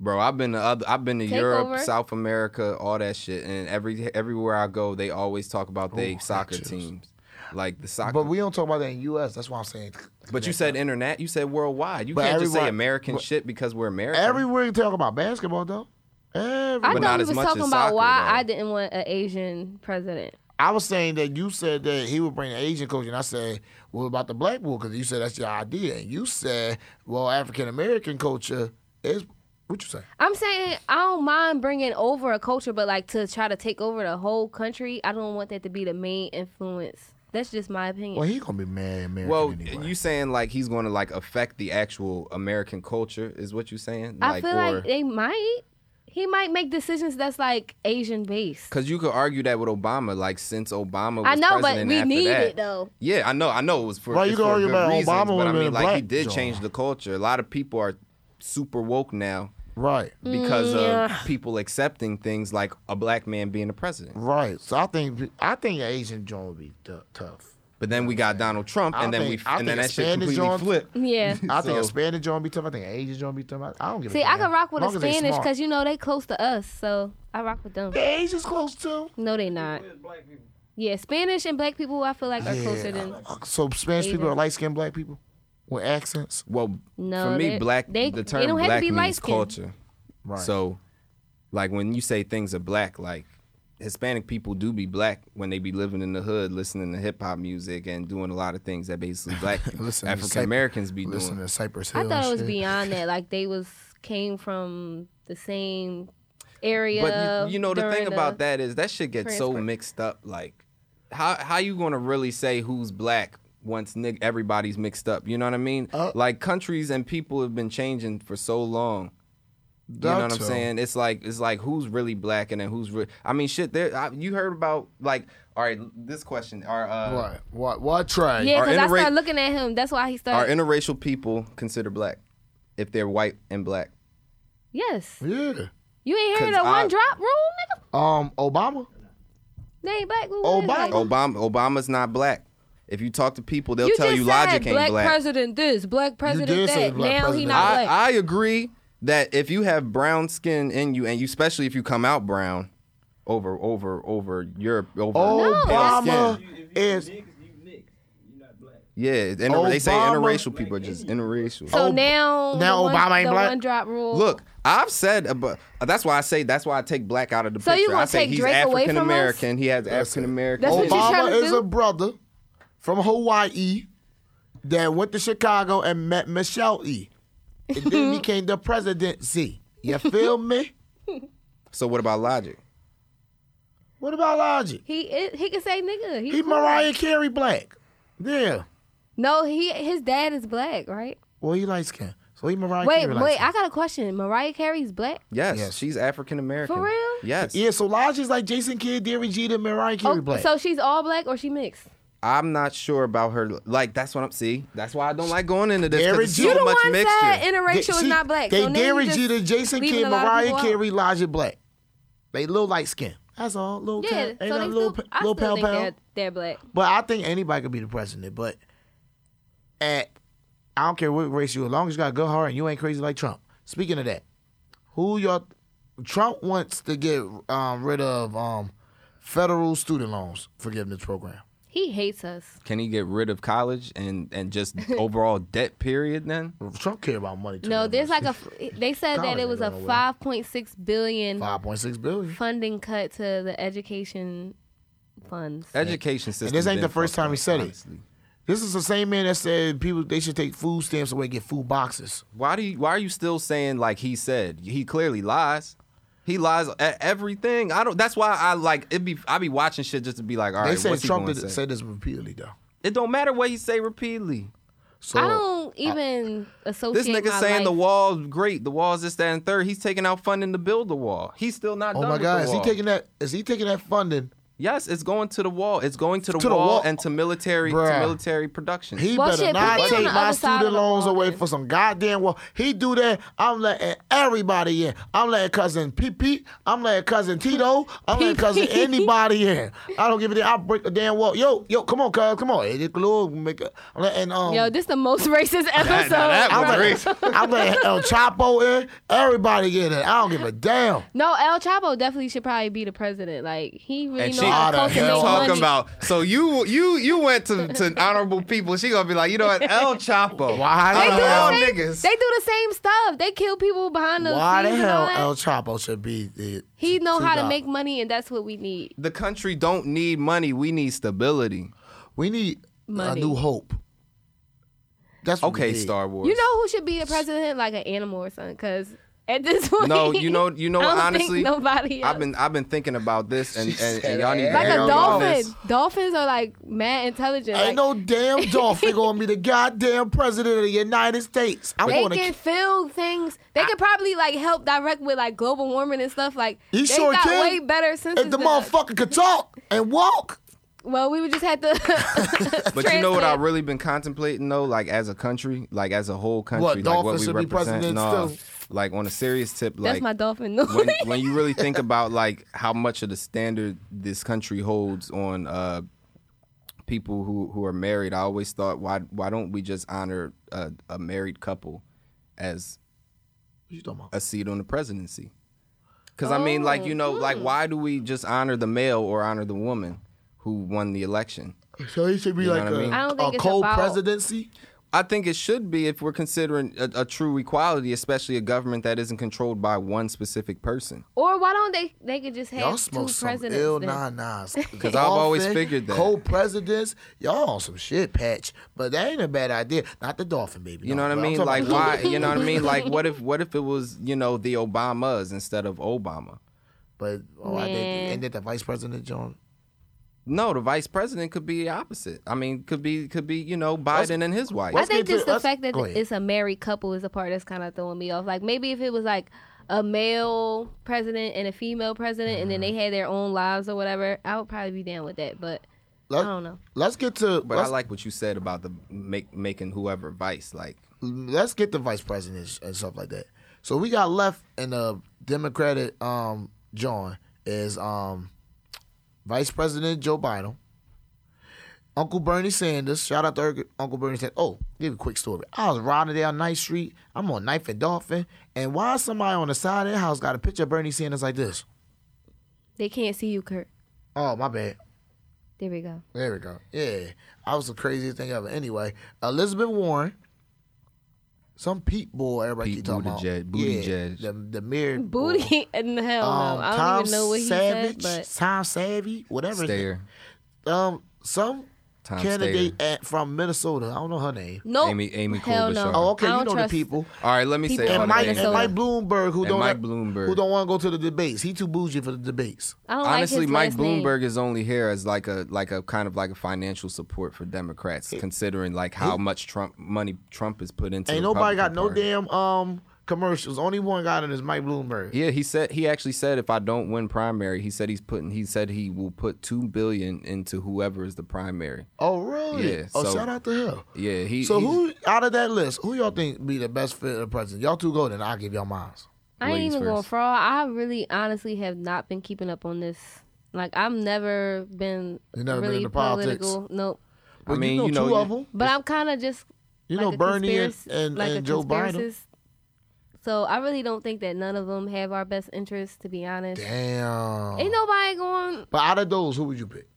Speaker 3: Bro, I've been to other, I've been to Europe,
Speaker 4: over.
Speaker 3: South America, all that shit, and every everywhere I go, they always talk about their soccer teams, like the soccer.
Speaker 2: Oh, But
Speaker 3: But,
Speaker 2: we don't talk about that in U.S. That's why I'm saying.
Speaker 3: you said internet, you said worldwide. You
Speaker 2: But
Speaker 3: can't just say
Speaker 2: everywhere-
Speaker 3: American shit because we're American.
Speaker 2: everywhere you talk about basketball though. Everywhere.
Speaker 4: I
Speaker 3: But
Speaker 4: thought
Speaker 3: not
Speaker 4: he
Speaker 3: as
Speaker 4: was
Speaker 3: much
Speaker 4: talking
Speaker 3: as
Speaker 4: about
Speaker 3: soccer,
Speaker 4: why
Speaker 3: though.
Speaker 4: I didn't want an Asian president.
Speaker 2: I was saying that you said that he would bring an Asian coach, and I said, "What about the black bull?" Because you said that's your idea, and you said, "Well, African American culture is what you say."
Speaker 4: I'm saying I don't mind bringing over a culture, but like to try to take over the whole country, I don't want that to be the main influence That's just my opinion.
Speaker 2: Well, he gonna be mad, man.
Speaker 3: Well,
Speaker 2: anyway.
Speaker 3: you saying like he's going to like affect the actual American culture is what you saying?
Speaker 4: I feel like they might. He might make decisions that's like Asian based.
Speaker 3: Because you could argue that with Obama, like since Obama was
Speaker 4: I know, but
Speaker 3: president
Speaker 4: we
Speaker 3: after
Speaker 4: need
Speaker 3: that-
Speaker 4: it though.
Speaker 3: Yeah, I know, I know. It was for,
Speaker 2: Right, you
Speaker 3: it's
Speaker 2: can
Speaker 3: for
Speaker 2: argue
Speaker 3: good
Speaker 2: about
Speaker 3: reasons,
Speaker 2: Obama
Speaker 3: but I
Speaker 2: would've
Speaker 3: mean,
Speaker 2: been
Speaker 3: like he
Speaker 2: black,
Speaker 3: did
Speaker 2: John.
Speaker 3: change the culture. A lot of people are super woke now
Speaker 2: right,
Speaker 3: because
Speaker 4: Mm, yeah.
Speaker 3: of people accepting things like a black man being the president.
Speaker 2: right. So I think I think Asian John would be t- tough.
Speaker 3: But then we got Donald Trump,
Speaker 2: I
Speaker 3: and then we
Speaker 2: think- I
Speaker 3: and then
Speaker 2: think
Speaker 3: that shit completely
Speaker 2: Spanish John-
Speaker 3: flipped.
Speaker 4: Yeah.
Speaker 2: I think a
Speaker 3: So-
Speaker 2: Spanish John be tough. I think an Asian John be tough. I, I don't give.
Speaker 4: See,
Speaker 2: a
Speaker 4: I
Speaker 2: damn.
Speaker 4: can rock with
Speaker 2: Long
Speaker 4: a
Speaker 2: as they
Speaker 4: Spanish
Speaker 2: smart.
Speaker 4: because you know they close to us, so I rock with them.
Speaker 2: the Asians close too.
Speaker 4: No, they not. Yeah, Spanish and black people, I feel like are closer than.
Speaker 2: Uh, So Spanish people
Speaker 4: Asian.
Speaker 2: are light skinned black people with accents.
Speaker 3: Well,
Speaker 4: No,
Speaker 3: for me,
Speaker 4: they-
Speaker 3: black
Speaker 4: they-
Speaker 3: the
Speaker 4: they
Speaker 3: term
Speaker 4: don't have to
Speaker 3: black
Speaker 4: be
Speaker 3: means
Speaker 4: light-skinned.
Speaker 3: culture.
Speaker 2: Right.
Speaker 3: So, like when you say things are black, like Hispanic people do be black when they be living in the hood, listening to hip hop music and doing a lot of things that basically black
Speaker 2: Listen to
Speaker 3: African Americans
Speaker 2: Cyp-
Speaker 3: be
Speaker 2: listen
Speaker 3: doing.
Speaker 2: to Cypress Hill.
Speaker 4: I thought
Speaker 2: and
Speaker 4: it was
Speaker 2: shit.
Speaker 4: beyond that. Like they was came from the same area.
Speaker 3: But you, you know the thing
Speaker 4: during
Speaker 3: about that is that shit gets so
Speaker 4: transcript.
Speaker 3: mixed up. Like, how how you gonna really say who's black once nig- everybody's mixed up? You know what I mean? like countries and people have been changing for so long. You know what I'm
Speaker 2: That's so.
Speaker 3: saying? It's like it's like who's really black and then who's re- I mean, shit. There, I, you heard about like all right. This question are uh,
Speaker 2: What? What? What? Try.
Speaker 4: Yeah,
Speaker 3: Our
Speaker 4: because I
Speaker 3: interra-
Speaker 4: started looking at him. That's why he
Speaker 3: are
Speaker 4: started.
Speaker 3: interracial people considered black if they're white and black?
Speaker 4: yes,
Speaker 2: Yeah.
Speaker 4: you ain't heard
Speaker 3: 'Cause
Speaker 4: the
Speaker 3: I-
Speaker 4: one drop rule, nigga.
Speaker 2: Um, Obama.
Speaker 4: They ain't black. who
Speaker 3: Oh,
Speaker 2: Obama-
Speaker 4: is that?
Speaker 3: Obama Obama's not black. If you talk to people, they'll
Speaker 4: You
Speaker 3: tell
Speaker 4: just
Speaker 3: you
Speaker 4: said
Speaker 3: logic ain't
Speaker 4: black,
Speaker 3: black.
Speaker 4: president this, black
Speaker 2: did
Speaker 4: president
Speaker 2: say
Speaker 4: that.
Speaker 2: black
Speaker 4: now he
Speaker 2: president.
Speaker 4: not
Speaker 3: I,
Speaker 4: black.
Speaker 3: I agree that if you have brown skin in you, and you especially if you come out brown, over over over Europe over pale skin.
Speaker 2: Oh, Obama is
Speaker 3: yeah, it's inter- they say
Speaker 2: Obama-
Speaker 3: interracial people are just interracial.
Speaker 4: so
Speaker 2: Ob-
Speaker 4: now
Speaker 2: now
Speaker 4: the one,
Speaker 2: Obama ain't
Speaker 4: the
Speaker 2: black?
Speaker 4: One drop rule.
Speaker 3: Look, I've said about that's why I say that's why I take black out of the
Speaker 4: So you
Speaker 3: picture. I
Speaker 4: gonna
Speaker 3: say
Speaker 4: take
Speaker 3: he's
Speaker 4: Drake away
Speaker 3: African
Speaker 4: from us?
Speaker 3: American. He has African American.
Speaker 4: That's what you
Speaker 2: Obama
Speaker 4: trying to
Speaker 2: is
Speaker 4: do?
Speaker 2: a brother from Hawaii that went to Chicago and met Michelle E. And then became the presidency. You feel me?
Speaker 3: So what about logic?
Speaker 2: What about logic?
Speaker 4: he is, he can say nigga. He,
Speaker 2: He
Speaker 4: cool.
Speaker 2: Mariah Carey black. Yeah.
Speaker 4: No, he his dad is black, right?
Speaker 2: Well, he light skin. So he Mariah
Speaker 4: Wait,
Speaker 2: Carey.
Speaker 4: wait, I got a question. Mariah Carey's black?
Speaker 3: Yes,
Speaker 2: Yes.
Speaker 3: she's African American.
Speaker 4: For real?
Speaker 3: Yes.
Speaker 2: yeah, so logic's like Jason Kidd, Derek Jeter, Mariah Carey
Speaker 4: Oh,
Speaker 2: black.
Speaker 4: so she's all black or she mixed?
Speaker 3: I'm not sure about her. Like that's what I'm. See, that's why I don't like going into this. 'cause
Speaker 2: Every-
Speaker 3: it's
Speaker 2: You
Speaker 3: so
Speaker 4: you the
Speaker 3: much
Speaker 4: one
Speaker 3: mixture.
Speaker 4: said interracial
Speaker 2: They-
Speaker 4: is
Speaker 2: see,
Speaker 4: not black.
Speaker 2: They
Speaker 4: so now you
Speaker 2: Derek
Speaker 4: just
Speaker 2: Jeter, Jason
Speaker 4: leaving
Speaker 2: Kidd,
Speaker 4: a lot of
Speaker 2: Mariah
Speaker 4: people out.
Speaker 2: Carey, Logic black. They little light skin. That's all. Little
Speaker 4: Yeah,
Speaker 2: tan- ain't
Speaker 4: so they
Speaker 2: nothing little,
Speaker 4: still,
Speaker 2: p-
Speaker 4: I
Speaker 2: little
Speaker 4: still
Speaker 2: pound
Speaker 4: think
Speaker 2: pound.
Speaker 4: they're, they're black.
Speaker 2: But I think anybody could be the president. But at I don't care what race you, are, as long as you got good heart and you ain't crazy like Trump. Speaking of that, who y'all? Trump wants to get um, rid of um, federal student loans forgiveness program.
Speaker 4: He hates us.
Speaker 3: Can he get rid of college and and just overall debt period then?
Speaker 2: Trump care about money. Too
Speaker 4: No, there's like a. They said that it was a
Speaker 2: College ain't going nowhere.
Speaker 4: 5.6 billion
Speaker 2: five point six billion.
Speaker 4: funding cut to the education funds.
Speaker 3: Education system.
Speaker 2: this ain't
Speaker 3: been
Speaker 2: the first
Speaker 3: fucked
Speaker 2: time he
Speaker 3: up,
Speaker 2: said it.
Speaker 3: honestly.
Speaker 2: This is the same man that said people they should take food stamps away and get food boxes.
Speaker 3: Why do you, why are you still saying like he said? He clearly lies. He lies at everything. I don't. That's why I like it. Be I be watching shit just to be like, all
Speaker 2: They
Speaker 3: right,
Speaker 2: said
Speaker 3: what's
Speaker 2: Trump
Speaker 3: he going
Speaker 2: did, said this repeatedly though.
Speaker 3: It don't matter what he say repeatedly.
Speaker 2: So
Speaker 4: I don't even associate
Speaker 3: This nigga
Speaker 4: my
Speaker 3: saying the
Speaker 4: life-
Speaker 3: wall's great. The wall's this, that, and third. He's taking out funding to build the wall. He's still not.
Speaker 2: oh
Speaker 3: done
Speaker 2: my
Speaker 3: with
Speaker 2: God,
Speaker 3: the
Speaker 2: is he
Speaker 3: wall.
Speaker 2: taking that? Is he taking that funding?
Speaker 3: Yes, it's going to the wall. It's going to the,
Speaker 2: To the
Speaker 3: wall,
Speaker 2: wall.
Speaker 3: and to military to
Speaker 2: Bruh.
Speaker 3: military production.
Speaker 2: He
Speaker 4: Well,
Speaker 2: better
Speaker 4: shit, put
Speaker 2: not
Speaker 4: me on
Speaker 2: take
Speaker 4: the
Speaker 2: my
Speaker 4: other side of
Speaker 2: student
Speaker 4: the
Speaker 2: loans
Speaker 4: wall
Speaker 2: away
Speaker 4: then.
Speaker 2: for some goddamn well. He do that. I'm letting everybody in. I'm letting cousin Pete Pete. I'm letting cousin Tito. I'm letting cousin anybody in. I don't give a damn. I'll break the damn wall. Yo, yo, come on, cuz. Come on. Hey, this little make a- I'm letting, um,
Speaker 4: Yo, this the most racist episode.
Speaker 3: that was
Speaker 4: bro.
Speaker 2: I'm letting, I'm letting El Chapo in. Everybody get in. I don't give a damn.
Speaker 4: No, El Chapo definitely should probably be the president. Like he really
Speaker 3: And
Speaker 4: knows
Speaker 3: she-
Speaker 4: how
Speaker 2: How
Speaker 4: to
Speaker 2: the
Speaker 4: cultivate
Speaker 2: hell-
Speaker 4: money.
Speaker 3: talking about. So you you you went to, to honorable people. She gonna be like, you know what, El Chapo.
Speaker 2: Why the
Speaker 3: They
Speaker 4: They do,
Speaker 2: hell-
Speaker 3: all
Speaker 4: the same,
Speaker 3: niggas.
Speaker 4: they do the same stuff. They kill people behind the
Speaker 2: Why the
Speaker 4: scenes and all
Speaker 2: hell
Speaker 4: that.
Speaker 2: El Chapo should be the
Speaker 4: He know how to
Speaker 2: $2?
Speaker 4: make money, and that's what we need.
Speaker 3: the country don't need money. We need stability.
Speaker 2: We need
Speaker 4: Money.
Speaker 2: a new hope. That's what we
Speaker 3: Okay,
Speaker 2: need.
Speaker 3: Star Wars.
Speaker 4: You know who should be the president? Like an animal or something, because at this point.
Speaker 3: No, you know, you know.
Speaker 4: I don't think
Speaker 3: honestly,
Speaker 4: nobody. Else.
Speaker 3: I've been I've been thinking about this, and,
Speaker 2: She
Speaker 3: and,
Speaker 2: said
Speaker 3: and y'all need to
Speaker 2: that.
Speaker 4: like
Speaker 3: hear
Speaker 4: a
Speaker 3: me on this.
Speaker 4: dolphin. Dolphins are like mad intelligent.
Speaker 2: Ain't
Speaker 4: like,
Speaker 2: no damn dolphin gonna be the goddamn president of the United States. I
Speaker 4: they
Speaker 2: want
Speaker 4: can
Speaker 2: to.
Speaker 4: feel things. They could probably like help direct with like global warming and stuff. Like
Speaker 2: He
Speaker 4: they
Speaker 2: sure
Speaker 4: got
Speaker 2: can.
Speaker 4: way better senses.
Speaker 2: If the
Speaker 4: than us.
Speaker 2: motherfucker could talk and walk,
Speaker 4: Well, we would just have to.
Speaker 3: But you know what I've
Speaker 4: translate.
Speaker 3: really been contemplating though, like as a country, like as a whole country, like what
Speaker 2: dolphins
Speaker 3: we
Speaker 2: should be
Speaker 3: represent.
Speaker 2: presidents
Speaker 3: no,
Speaker 2: too?
Speaker 3: like on a serious tip,
Speaker 4: That's
Speaker 3: like
Speaker 4: my dolphin noise.
Speaker 3: when when you really think about like how much of the standard this country holds on uh people who who are married, I always thought why why don't we just honor a, a married couple as
Speaker 2: you talking about?
Speaker 3: a seat on the presidency? Because I mean, like you know, like why do we just honor the male or honor the woman who won the election?
Speaker 2: So he should be
Speaker 3: know
Speaker 2: like
Speaker 3: what I mean?
Speaker 4: I
Speaker 2: a,
Speaker 4: don't think
Speaker 2: a
Speaker 4: it's about-
Speaker 2: co-presidency.
Speaker 3: I think it should be if we're considering a, a true equality, especially a government that isn't controlled by one specific person.
Speaker 4: or why don't they? They could just have
Speaker 2: Y'all
Speaker 4: two
Speaker 2: smoke some
Speaker 4: presidents.
Speaker 2: ill
Speaker 4: then.
Speaker 2: nine nines.
Speaker 3: Because I've always figured that.
Speaker 2: co-presidents, y'all on some shit patch, but that ain't a bad idea. Not the dolphin baby.
Speaker 3: You know
Speaker 2: no,
Speaker 3: what I
Speaker 2: but I'm
Speaker 3: mean?
Speaker 2: talking
Speaker 3: Like
Speaker 2: about-
Speaker 3: why? You know what I mean? Like what if what if it was you know the Obamas instead of Obama?
Speaker 2: But oh, I think
Speaker 4: Man.
Speaker 2: and then the vice president John.
Speaker 3: No, the vice president could be the opposite. I mean, could be could be you know Biden and his wife.
Speaker 4: I
Speaker 2: Let's
Speaker 4: think
Speaker 2: get
Speaker 4: just
Speaker 2: to-
Speaker 4: the
Speaker 2: let's-
Speaker 4: fact that
Speaker 2: go ahead.
Speaker 4: it's a married couple is the part that's kind of throwing me off. Like maybe if it was like a male president and a female president, and then
Speaker 2: Mm-hmm.
Speaker 4: they had their own lives or whatever, I would probably be down with that. But
Speaker 2: Let,
Speaker 4: I don't know.
Speaker 2: Let's get to
Speaker 3: But I
Speaker 2: let's,
Speaker 3: like what you said about the make making whoever vice. Like
Speaker 2: let's get the vice presidents and stuff like that. So we got left in the Democratic um John is um Vice President Joe Biden. Uncle Bernie Sanders, shout out to Unc- Uncle Bernie Sanders. Oh, give you a quick story. I was riding down Ninth Street. I'm on Knife and Dolphin, and why somebody on the side of their house got a picture of Bernie Sanders like this?
Speaker 4: They can't see you, Kurt.
Speaker 2: Oh, my bad.
Speaker 4: There we go.
Speaker 2: There we go. Yeah, I was the craziest thing ever. Anyway, Elizabeth Warren, some Pete boy everybody
Speaker 3: Pete
Speaker 2: keep talking about.
Speaker 3: Buttigieg- Buttigieg.
Speaker 2: Yeah, the the mere
Speaker 4: Booty and hell
Speaker 2: Um,
Speaker 4: no. I don't
Speaker 2: Tom
Speaker 4: even know what he
Speaker 2: Savage,
Speaker 4: said,
Speaker 2: Tom Savvy, whatever. his
Speaker 3: Stayer,
Speaker 2: name- Um, some
Speaker 3: Tom
Speaker 2: candidate
Speaker 3: Stayer.
Speaker 2: at, from Minnesota. I don't know her name.
Speaker 4: but nope.
Speaker 3: Amy- Amy
Speaker 4: hell
Speaker 3: Klobuchar.
Speaker 4: no.
Speaker 2: Oh, okay,
Speaker 4: I
Speaker 2: you
Speaker 4: don't
Speaker 2: know
Speaker 4: trust-
Speaker 2: the people.
Speaker 3: All right, let me
Speaker 4: People
Speaker 3: say
Speaker 2: And
Speaker 4: from
Speaker 3: one
Speaker 2: Mike,
Speaker 3: thing.
Speaker 2: and Mike Bloomberg, who
Speaker 3: And
Speaker 2: don't
Speaker 3: Mike Bloomberg.
Speaker 2: who don't want to go to the debates. He too bougie for the debates.
Speaker 4: I don't
Speaker 3: Honestly,
Speaker 4: like
Speaker 3: Mike
Speaker 4: his last name.
Speaker 3: Bloomberg is only here as like a like a kind of like a financial support for Democrats, considering like how much Trump money Trump is put into. the
Speaker 2: Ain't nobody got
Speaker 3: Republican
Speaker 2: no
Speaker 3: Party.
Speaker 2: damn um commercials. Only one got it is Mike Bloomberg.
Speaker 3: Yeah, he said he actually said if I don't win primary, he said he's putting he said he will put two billion into whoever is the primary.
Speaker 2: Oh really?
Speaker 3: Yeah,
Speaker 2: oh
Speaker 3: so-
Speaker 2: shout out to him.
Speaker 3: Yeah, he.
Speaker 2: So
Speaker 3: he's-
Speaker 2: who out of that list, who y'all think be the best fit of the president? Y'all two go, then I'll give y'all mine.
Speaker 4: I ain't
Speaker 3: Ladies
Speaker 4: even going
Speaker 3: first.
Speaker 4: fraud. I really, honestly, have not been keeping up on this. Like I've never been
Speaker 2: You never been
Speaker 4: really
Speaker 2: into politics?
Speaker 4: political. Nope.
Speaker 2: Well,
Speaker 3: mean,
Speaker 2: you
Speaker 3: you
Speaker 2: know
Speaker 3: know,
Speaker 2: two
Speaker 3: you-
Speaker 2: of them.
Speaker 4: But I'm kind of just
Speaker 2: You
Speaker 4: like
Speaker 2: know
Speaker 4: a
Speaker 2: Bernie and,
Speaker 4: conspirac-
Speaker 2: and,
Speaker 4: like a
Speaker 2: and Joe Biden.
Speaker 4: conspiracist. So I really don't think that none of them have our best interests, to be honest.
Speaker 2: Damn.
Speaker 4: Ain't nobody going.
Speaker 2: But out of those, who would you pick?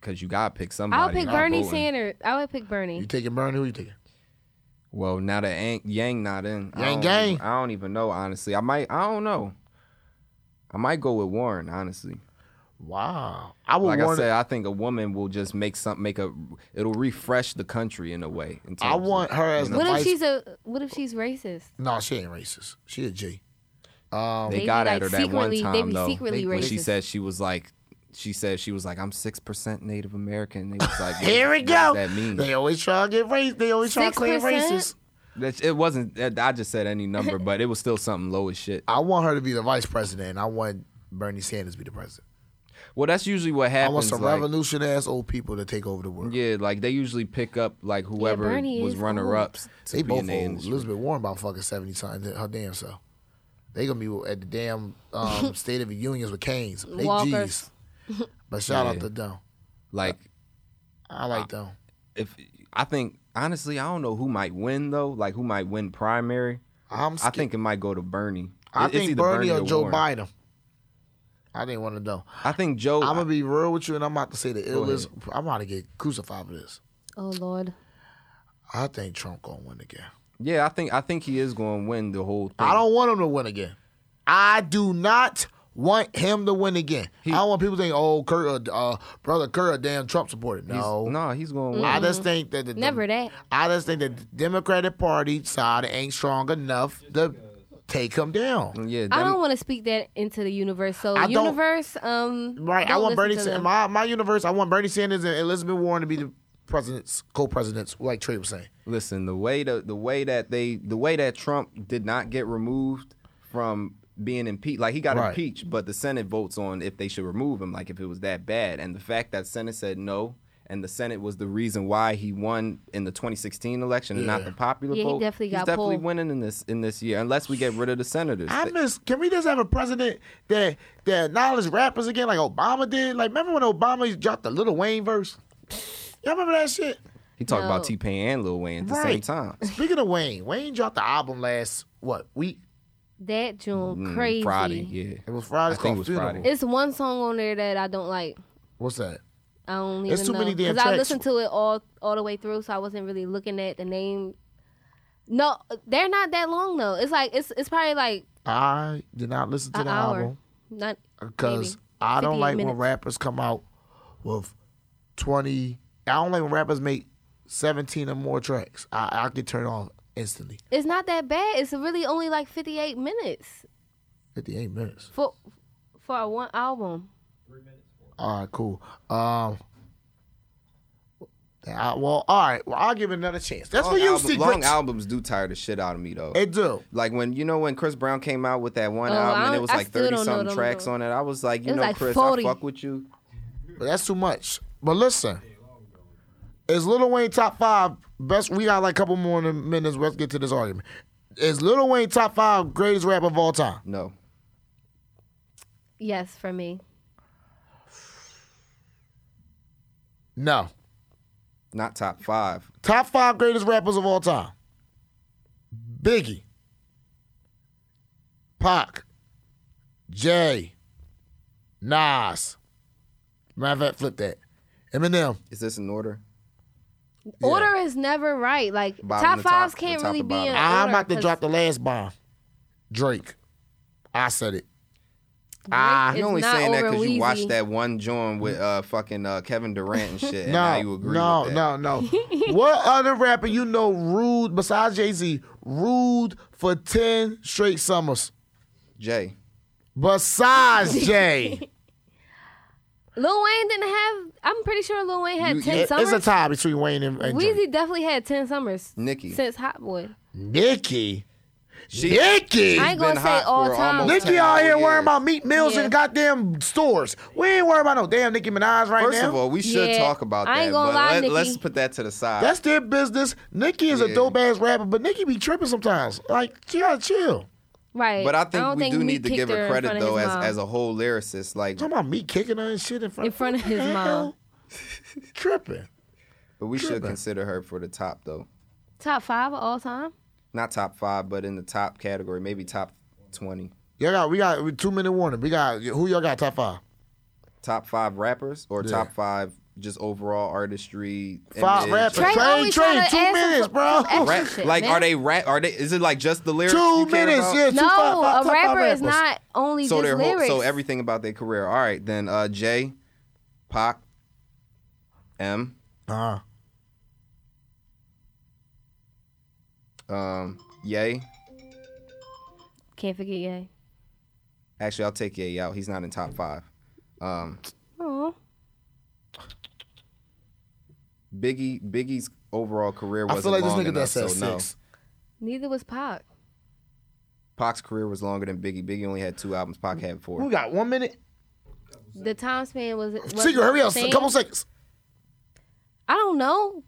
Speaker 3: Because you gotta pick somebody.
Speaker 4: I'll pick
Speaker 3: not
Speaker 4: Bernie
Speaker 3: voting.
Speaker 4: Sanders. I would pick
Speaker 2: You
Speaker 4: Bernie.
Speaker 2: taking Bernie? Who you taking?
Speaker 3: Well, now that Ang, Yang not in, I
Speaker 2: Yang
Speaker 3: don't-
Speaker 2: gang.
Speaker 3: I don't even know honestly. I might. I don't know. I might go with Warren honestly.
Speaker 2: Wow. I would
Speaker 3: Like I
Speaker 2: want.
Speaker 3: said, I think a woman will just make some make a. It'll refresh the country in a way. in
Speaker 2: I
Speaker 3: terms of-
Speaker 2: want her as the
Speaker 4: What if
Speaker 2: vice.
Speaker 4: she's a? What if she's racist?
Speaker 2: no, she ain't racist. She a G. Um,
Speaker 3: They
Speaker 4: They
Speaker 3: got
Speaker 4: be,
Speaker 3: at
Speaker 4: like,
Speaker 3: her that one
Speaker 4: secretly-
Speaker 3: time
Speaker 4: they be
Speaker 3: though.
Speaker 4: secretly
Speaker 3: when she
Speaker 4: racist.
Speaker 3: said she was like, she said she was like, I'm six percent Native American. They was like,
Speaker 2: Here
Speaker 3: what,
Speaker 2: we
Speaker 3: What
Speaker 2: go.
Speaker 3: does that mean?
Speaker 2: They always try to get race. They always try to claim
Speaker 4: 6%?
Speaker 2: racist.
Speaker 3: That's, it wasn't. that- I just said any number, but it was still something low as shit.
Speaker 2: I want her to be the vice president, and I want Bernie Sanders to be the president.
Speaker 3: Well, that's usually what
Speaker 2: I want
Speaker 3: happens.
Speaker 2: some
Speaker 3: like,
Speaker 2: revolutionary ass old people to take over the world.
Speaker 3: yeah, like they usually pick up like whoever
Speaker 4: Bernie
Speaker 3: was
Speaker 4: is
Speaker 3: runner ups.
Speaker 2: They both old. Elizabeth Warren about fucking seventy something. Her damn self. They gonna be at the damn um, State of the Unions with canes. They
Speaker 4: Walker.
Speaker 2: G's. But shout out
Speaker 3: Yeah.
Speaker 2: to them.
Speaker 3: Like
Speaker 2: I like them.
Speaker 3: if I think honestly, I don't know who might win though. Like who might win primary.
Speaker 2: I'm.
Speaker 3: I
Speaker 2: scared.
Speaker 3: think it might go to Bernie.
Speaker 2: I
Speaker 3: It- it's
Speaker 2: think
Speaker 3: either
Speaker 2: Bernie, or, Joe
Speaker 3: Warren.
Speaker 2: Biden. I didn't want to know.
Speaker 3: I think Joe.
Speaker 2: I'm gonna be real with you, and I'm about to say the illest.
Speaker 3: ahead.
Speaker 2: I'm about to get crucified for this.
Speaker 4: Oh Lord.
Speaker 2: I think Trump gonna win again.
Speaker 3: yeah, I think I think he is going to win the whole thing.
Speaker 2: I don't want him to win again. I do not want him to win again. I don't want people to think, oh, Kurt, uh, uh, brother Kurt, a damn Trump supporter. No,
Speaker 3: No, he's
Speaker 4: Mm.
Speaker 3: going to win.
Speaker 2: I just think that the
Speaker 4: Never that.
Speaker 2: I just think the Democratic Party side ain't strong enough. The take him down.
Speaker 3: Yeah,
Speaker 4: I
Speaker 3: them-
Speaker 4: don't want to speak that into the universe. So
Speaker 2: I don't-
Speaker 4: universe, um,
Speaker 2: Right. I
Speaker 4: don't
Speaker 2: want
Speaker 4: listen
Speaker 2: Bernie
Speaker 4: to
Speaker 2: Sanders.
Speaker 4: them.
Speaker 2: My my universe. I want Bernie Sanders and Elizabeth Warren to be the presidents, co-presidents, like Trey was saying.
Speaker 3: Listen, the way the, the way that they the way that Trump did not get removed from being impeached, like he got
Speaker 2: Right.
Speaker 3: impeached, but the Senate votes on if they should remove him, like if it was that bad. And the fact that Senate said no, and the Senate was the reason why he won in the 2016 election and not
Speaker 2: Yeah.
Speaker 3: the popular
Speaker 4: Yeah, he
Speaker 3: vote.
Speaker 4: definitely
Speaker 3: he's
Speaker 4: got
Speaker 3: definitely
Speaker 4: pulled.
Speaker 3: winning in this in this year, unless we get rid of the senators.
Speaker 2: I miss. Can we just have a president that that acknowledge rappers again, like Obama did? Like, remember when Obama dropped the Little Wayne verse? Y'all remember that shit?
Speaker 3: he talked about
Speaker 4: No.
Speaker 3: T Pain and Lil Wayne at the same
Speaker 2: Right.
Speaker 3: time.
Speaker 2: Speaking of Wayne, Wayne dropped the album last what week?
Speaker 4: that joint
Speaker 3: Mm,
Speaker 4: crazy.
Speaker 3: Friday, yeah.
Speaker 2: It was Friday.
Speaker 3: I think it was
Speaker 2: Funeral.
Speaker 3: Friday.
Speaker 4: It's one song on there that I don't like.
Speaker 2: What's that?
Speaker 4: I don't
Speaker 2: It's
Speaker 4: even
Speaker 2: too
Speaker 4: know.
Speaker 2: many damn
Speaker 4: I
Speaker 2: tracks.
Speaker 4: listened to it all all the way through, so I wasn't really looking at the name. No, they're not that long though. It's like it's it's probably like
Speaker 2: I did not listen to
Speaker 4: an
Speaker 2: the
Speaker 4: hour.
Speaker 2: album Uh,
Speaker 4: Not
Speaker 2: because
Speaker 4: maybe.
Speaker 2: I don't
Speaker 4: 58
Speaker 2: like when
Speaker 4: minutes.
Speaker 2: rappers come out with twenty. I don't like when rappers make seventeen or more tracks. I I could turn off instantly.
Speaker 4: It's not that bad. It's really only like fifty eight minutes
Speaker 2: Fifty eight minutes.
Speaker 4: for for a one album.
Speaker 2: All right, cool. Um, I, well, all right. Well, I'll give it another chance. That's
Speaker 3: Long,
Speaker 2: for you,
Speaker 3: album-
Speaker 2: Steve.
Speaker 3: long albums do tire the shit out of me though.
Speaker 2: It do.
Speaker 3: Like when you know when Chris Brown came out with that one
Speaker 4: Oh,
Speaker 3: album and
Speaker 4: I-
Speaker 3: it was
Speaker 4: I
Speaker 3: like
Speaker 4: still don't
Speaker 3: thirty
Speaker 4: know
Speaker 3: something
Speaker 4: them
Speaker 3: tracks
Speaker 4: though.
Speaker 3: on it. I was like,
Speaker 4: It
Speaker 3: you
Speaker 4: was
Speaker 3: know,
Speaker 4: like
Speaker 3: Chris,
Speaker 4: 40.
Speaker 3: I fuck with you.
Speaker 2: But that's too much. But listen, is Lil Wayne top five best? We got like a couple more minutes. Let's get to this argument. Is Lil Wayne top five greatest rapper of all time?
Speaker 3: No.
Speaker 4: Yes, for me.
Speaker 2: No.
Speaker 3: Not top five.
Speaker 2: Top five greatest rappers of all time. Biggie. Pac. Jay. Nas. Matter of fact, flip that. Eminem.
Speaker 3: Is this in order?
Speaker 4: Order is never right. Like
Speaker 3: Bottom
Speaker 4: top
Speaker 3: to top,
Speaker 4: fives
Speaker 3: from
Speaker 4: can't
Speaker 3: top
Speaker 4: really
Speaker 3: to
Speaker 4: be
Speaker 3: bottom.
Speaker 4: in
Speaker 2: I'm
Speaker 4: order
Speaker 2: about to
Speaker 4: 'cause
Speaker 2: drop the last bomb. Drake. I said it.
Speaker 4: Drake
Speaker 2: Ah,
Speaker 4: is
Speaker 3: You're only
Speaker 4: not
Speaker 3: saying that
Speaker 4: over
Speaker 3: because you
Speaker 4: Weezy.
Speaker 3: watched that one joint with uh fucking uh Kevin Durant and shit. and now
Speaker 2: No,
Speaker 3: you agree
Speaker 2: no,
Speaker 3: with that.
Speaker 2: no, no. what other rapper you know rude besides Jay Z rude for ten straight summers?
Speaker 3: Jay.
Speaker 2: Besides Jay,
Speaker 4: Lil Wayne didn't have. I'm pretty sure Lil Wayne had
Speaker 3: You-
Speaker 4: ten
Speaker 2: It-
Speaker 4: summers.
Speaker 2: it's a tie between Wayne and, and Drake.
Speaker 4: Weezy definitely had ten summers.
Speaker 3: Nicki.
Speaker 4: since Hot Boy.
Speaker 2: Nikki.
Speaker 3: She-
Speaker 2: Nikki.
Speaker 4: I ain't
Speaker 3: been
Speaker 4: gonna say
Speaker 3: hot
Speaker 4: all
Speaker 3: for
Speaker 4: time.
Speaker 3: almost
Speaker 2: Nikki
Speaker 3: 10
Speaker 2: out here
Speaker 3: more
Speaker 2: worrying
Speaker 3: years.
Speaker 2: about meat meals
Speaker 4: Yeah.
Speaker 2: in goddamn stores. We ain't worrying about no damn Nicki Minaj right
Speaker 3: First
Speaker 2: now.
Speaker 3: of all, we should
Speaker 4: Yeah,
Speaker 3: talk about that.
Speaker 4: I ain't gonna
Speaker 3: but
Speaker 4: lie,
Speaker 3: let, us
Speaker 4: Nicki.
Speaker 3: put that to the side.
Speaker 2: that's their business. Nikki is a
Speaker 3: Yeah.
Speaker 2: dope ass rapper, but Nikki be tripping sometimes. Like she gotta chill.
Speaker 4: Right.
Speaker 3: but I think
Speaker 4: don't
Speaker 3: we do
Speaker 4: Meek
Speaker 3: need to
Speaker 4: kicked
Speaker 3: give her credit
Speaker 4: in front of
Speaker 3: though,
Speaker 4: his
Speaker 3: as,
Speaker 4: mom.
Speaker 3: as a whole lyricist. Like,
Speaker 2: Talking about me kicking her and shit in front
Speaker 4: In front of
Speaker 2: What the
Speaker 4: his mom.
Speaker 2: hell? tripping.
Speaker 3: but we should
Speaker 2: tripping.
Speaker 3: consider her for the top though.
Speaker 4: top five of all time.
Speaker 3: Not top five, but in the top category, maybe top twenty.
Speaker 2: Y'all got we got two minute warning. We got who y'all got top five.
Speaker 3: top five rappers or top five just overall artistry?
Speaker 2: Five
Speaker 3: image?
Speaker 2: rappers.
Speaker 4: Trey
Speaker 2: Trey,
Speaker 4: always
Speaker 2: Trey,
Speaker 4: try to
Speaker 2: two
Speaker 4: ask him
Speaker 2: minutes,
Speaker 4: for-
Speaker 2: bro.
Speaker 4: for extra
Speaker 3: Rap-
Speaker 4: shit,
Speaker 3: like,
Speaker 4: man.
Speaker 3: are they rap? Are they? Is it like just the lyrics?
Speaker 2: Two
Speaker 3: you care
Speaker 2: minutes,
Speaker 3: about?
Speaker 2: yeah. Two,
Speaker 4: No,
Speaker 2: five, five,
Speaker 4: a
Speaker 2: top five
Speaker 4: rapper
Speaker 2: rappers.
Speaker 4: is not only
Speaker 3: So
Speaker 4: just
Speaker 3: their whole,
Speaker 4: lyrics.
Speaker 3: so everything about their career. All right, then uh, Jay, Pac, M,
Speaker 2: Uh-huh.
Speaker 3: um, Ye.
Speaker 4: Can't forget Ye.
Speaker 3: Actually, I'll take Ye out. He's not in top five. Um,
Speaker 4: Oh,
Speaker 3: Biggie, Biggie's overall career
Speaker 2: I
Speaker 3: wasn't
Speaker 2: feel like this
Speaker 3: long
Speaker 2: nigga
Speaker 3: enough,
Speaker 2: that said
Speaker 3: so no.
Speaker 2: six.
Speaker 4: neither was Pac.
Speaker 3: Pac's career was longer than Biggie. Biggie only had two albums. Pac had four.
Speaker 2: We got one minute.
Speaker 4: The time span was. was
Speaker 2: Secret, hurry up.
Speaker 4: same.
Speaker 2: A couple seconds.
Speaker 4: I don't know.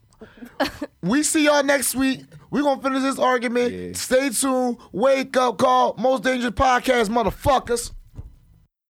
Speaker 2: We see y'all next week. We're gonna finish this argument.
Speaker 3: Yeah.
Speaker 2: Stay tuned. Wake up call. Most dangerous podcast, motherfuckers.